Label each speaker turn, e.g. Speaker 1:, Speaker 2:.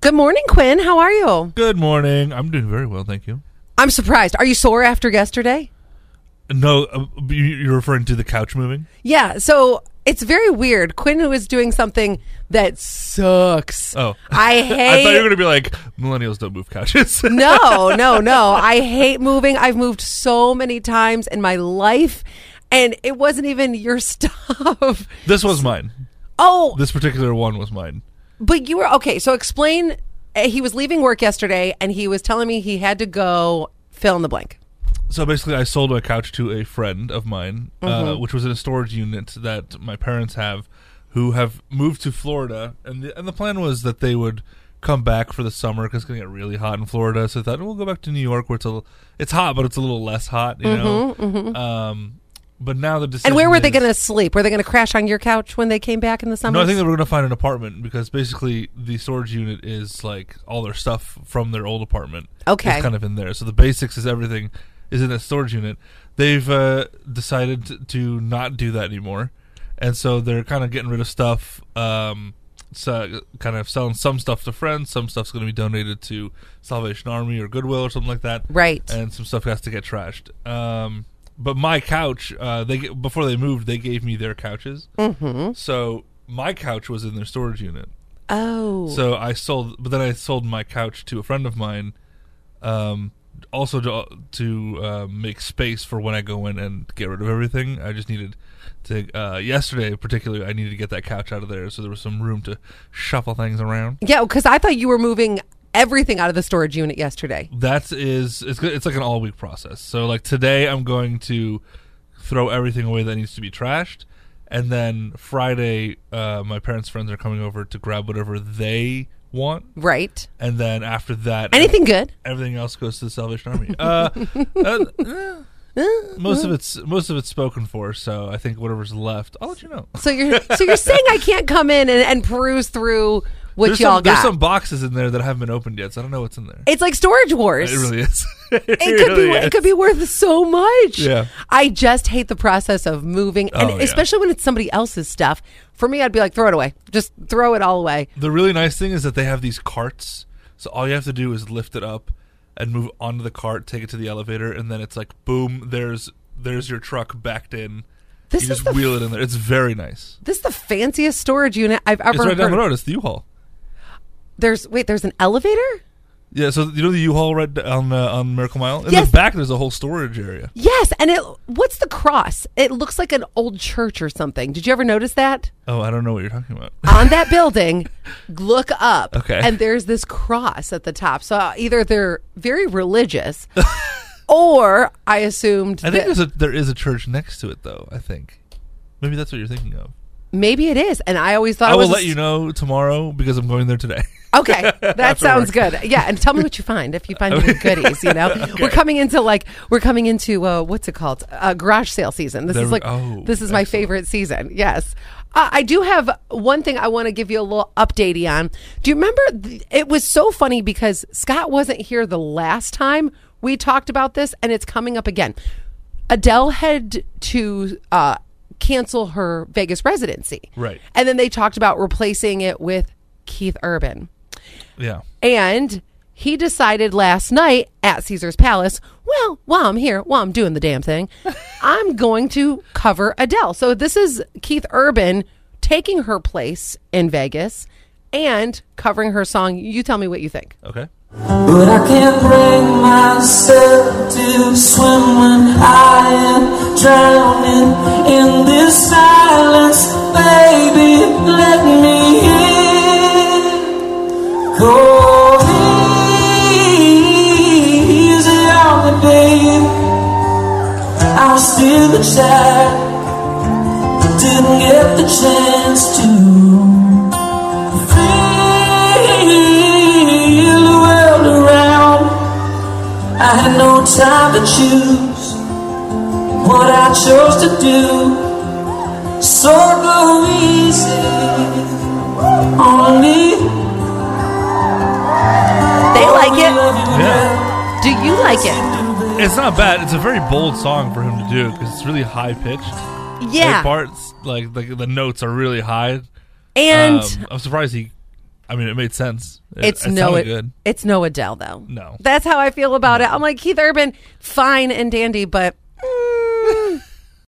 Speaker 1: Good morning, Quinn. How are you?
Speaker 2: Good morning. I'm doing very well, thank you.
Speaker 1: I'm surprised. Are you sore after yesterday?
Speaker 2: No, uh, you- you're referring to the couch moving?
Speaker 1: Yeah. So it's very weird. Quinn was doing something that sucks.
Speaker 2: Oh.
Speaker 1: I hate.
Speaker 2: I thought you were going to be like, millennials don't move couches.
Speaker 1: no, no, no. I hate moving. I've moved so many times in my life, and it wasn't even your stuff.
Speaker 2: this was mine.
Speaker 1: Oh,
Speaker 2: This particular one was mine.
Speaker 1: but you were okay. So explain. uh, He was leaving work yesterday, and he was telling me he had to go fill in the blank.
Speaker 2: So basically, I sold my couch to a friend of mine,
Speaker 1: Mm-hmm.
Speaker 2: uh, which was in a storage unit that my parents have, who have moved to Florida, and the, and the plan was that they would come back for the summer because it's going to get really hot in Florida. So I thought we'll go back to New York where it's a little, it's hot, but it's a little less hot, you know. Um, but now the decision
Speaker 1: Mm-hmm, And where were they
Speaker 2: is-
Speaker 1: going to sleep? Were they going to crash on your couch when they came back in the summer?
Speaker 2: No, I think they were going to find an apartment because basically the storage unit is like all their stuff from their old apartment.
Speaker 1: Okay.
Speaker 2: It's kind of in there. So the basics is everything is in that storage unit. They've uh, decided t- to not do that anymore. And so they're kind of getting rid of stuff, um, so kind of selling some stuff to friends. Some stuff's going to be donated to Salvation Army or Goodwill or something like that
Speaker 1: Right.
Speaker 2: and some stuff has to get trashed. Um, but my couch, uh, they g- before they moved, they gave me their couches. Mm-hmm. So my couch was in their storage unit.
Speaker 1: oh.
Speaker 2: So I sold, but then I sold my couch to a friend of mine, um, also to to uh, make space for when I go in and get rid of everything. I just needed to. Uh, yesterday, particularly, I needed to get that couch out of there, so there was some room to shuffle things around.
Speaker 1: yeah, because I thought you were moving everything out of the storage unit yesterday.
Speaker 2: that is it's go- it's like an all week process. So like today I'm going to throw everything away that needs to be trashed, and then Friday uh, my parents' friends are coming over to grab whatever they want,
Speaker 1: Right.
Speaker 2: and then after that
Speaker 1: Anything good?
Speaker 2: everything else goes to the Salvation Army. uh, uh, eh, most of it's most of it's spoken for, so I think whatever's left, I'll let you know.
Speaker 1: So you're so you're saying I can't come in and, and peruse through what
Speaker 2: There's
Speaker 1: y'all
Speaker 2: some,
Speaker 1: got?
Speaker 2: there's some boxes in there that haven't been opened yet, so I don't know what's in there.
Speaker 1: it's like storage wars.
Speaker 2: It really is. it,
Speaker 1: It could
Speaker 2: really
Speaker 1: be.
Speaker 2: is.
Speaker 1: It could be worth so much.
Speaker 2: Yeah.
Speaker 1: I just hate the process of moving, and
Speaker 2: Oh, yeah.
Speaker 1: especially when it's somebody else's stuff. For me, I'd be like, throw it away. Just throw it all away.
Speaker 2: The really nice thing is that they have these carts, so all you have to do is lift it up and move onto the cart, take it to the elevator, and then it's like boom, there's there's your truck backed in.
Speaker 1: This
Speaker 2: you
Speaker 1: is
Speaker 2: just
Speaker 1: the
Speaker 2: wheel it in there. It's very nice.
Speaker 1: This is the fanciest storage unit I've ever
Speaker 2: It's right down the
Speaker 1: heard.
Speaker 2: road. It's the U-Haul.
Speaker 1: There's wait. There's an elevator.
Speaker 2: Yeah, so you know the U-Haul right d- on uh, on Miracle Mile. In
Speaker 1: Yes.
Speaker 2: the back, there's a whole storage area.
Speaker 1: Yes, and it what's the cross? It looks like an old church or something. Did you ever notice that?
Speaker 2: Oh, I don't know what you're talking about.
Speaker 1: On that building, look up.
Speaker 2: Okay.
Speaker 1: And there's this cross at the top. So uh, either they're very religious or I assumed
Speaker 2: I think
Speaker 1: that
Speaker 2: there's a there is a church next to it though. I think maybe that's what you're thinking of.
Speaker 1: maybe it is. And I always thought
Speaker 2: I
Speaker 1: it was a
Speaker 2: will let
Speaker 1: s-
Speaker 2: you know tomorrow because I'm going there today.
Speaker 1: Okay, that
Speaker 2: After
Speaker 1: sounds
Speaker 2: work.
Speaker 1: good. Yeah, and tell me what you find if you find any goodies. You know, we're coming into like we're coming into uh, what's it called? Uh, garage sale season. This
Speaker 2: There
Speaker 1: is
Speaker 2: we-
Speaker 1: like
Speaker 2: oh,
Speaker 1: this is my
Speaker 2: excellent.
Speaker 1: favorite season. Yes, uh, I do have one thing I want to give you a little updatey on. Do you remember? th- it was so funny because Scott wasn't here the last time we talked about this, and it's coming up again. Adele had to uh, cancel her Vegas residency,
Speaker 2: Right.
Speaker 1: And then they talked about replacing it with Keith Urban.
Speaker 2: yeah.
Speaker 1: And he decided last night at Caesar's Palace, well, while I'm here, while I'm doing the damn thing, I'm going to cover Adele. So this is Keith Urban taking her place in Vegas and covering her song. You tell me what you think.
Speaker 2: Okay.
Speaker 3: But I can't bring myself to swim when I am drowning in this silence. Baby, let me in. Go easy on me, babe. I'm still a child. Didn't get the chance to feel the world around. I had no time to choose what I chose to do. So go easy on me.
Speaker 1: They like
Speaker 3: I
Speaker 1: it.
Speaker 3: love you,
Speaker 2: Yeah.
Speaker 3: girl.
Speaker 1: Do you like it?
Speaker 2: It's not bad. It's a very bold song for him to do because it's really high pitched. The
Speaker 1: Yeah.
Speaker 2: parts like the, the notes are really high.
Speaker 1: And
Speaker 2: um, I'm surprised he I mean, it made sense. It,
Speaker 1: It's
Speaker 2: Um, it
Speaker 1: no,
Speaker 2: sounded
Speaker 1: it,
Speaker 2: good.
Speaker 1: it's no Adele though.
Speaker 2: No.
Speaker 1: that's how I feel about it. I'm like Keith Urban, fine and dandy, but mm,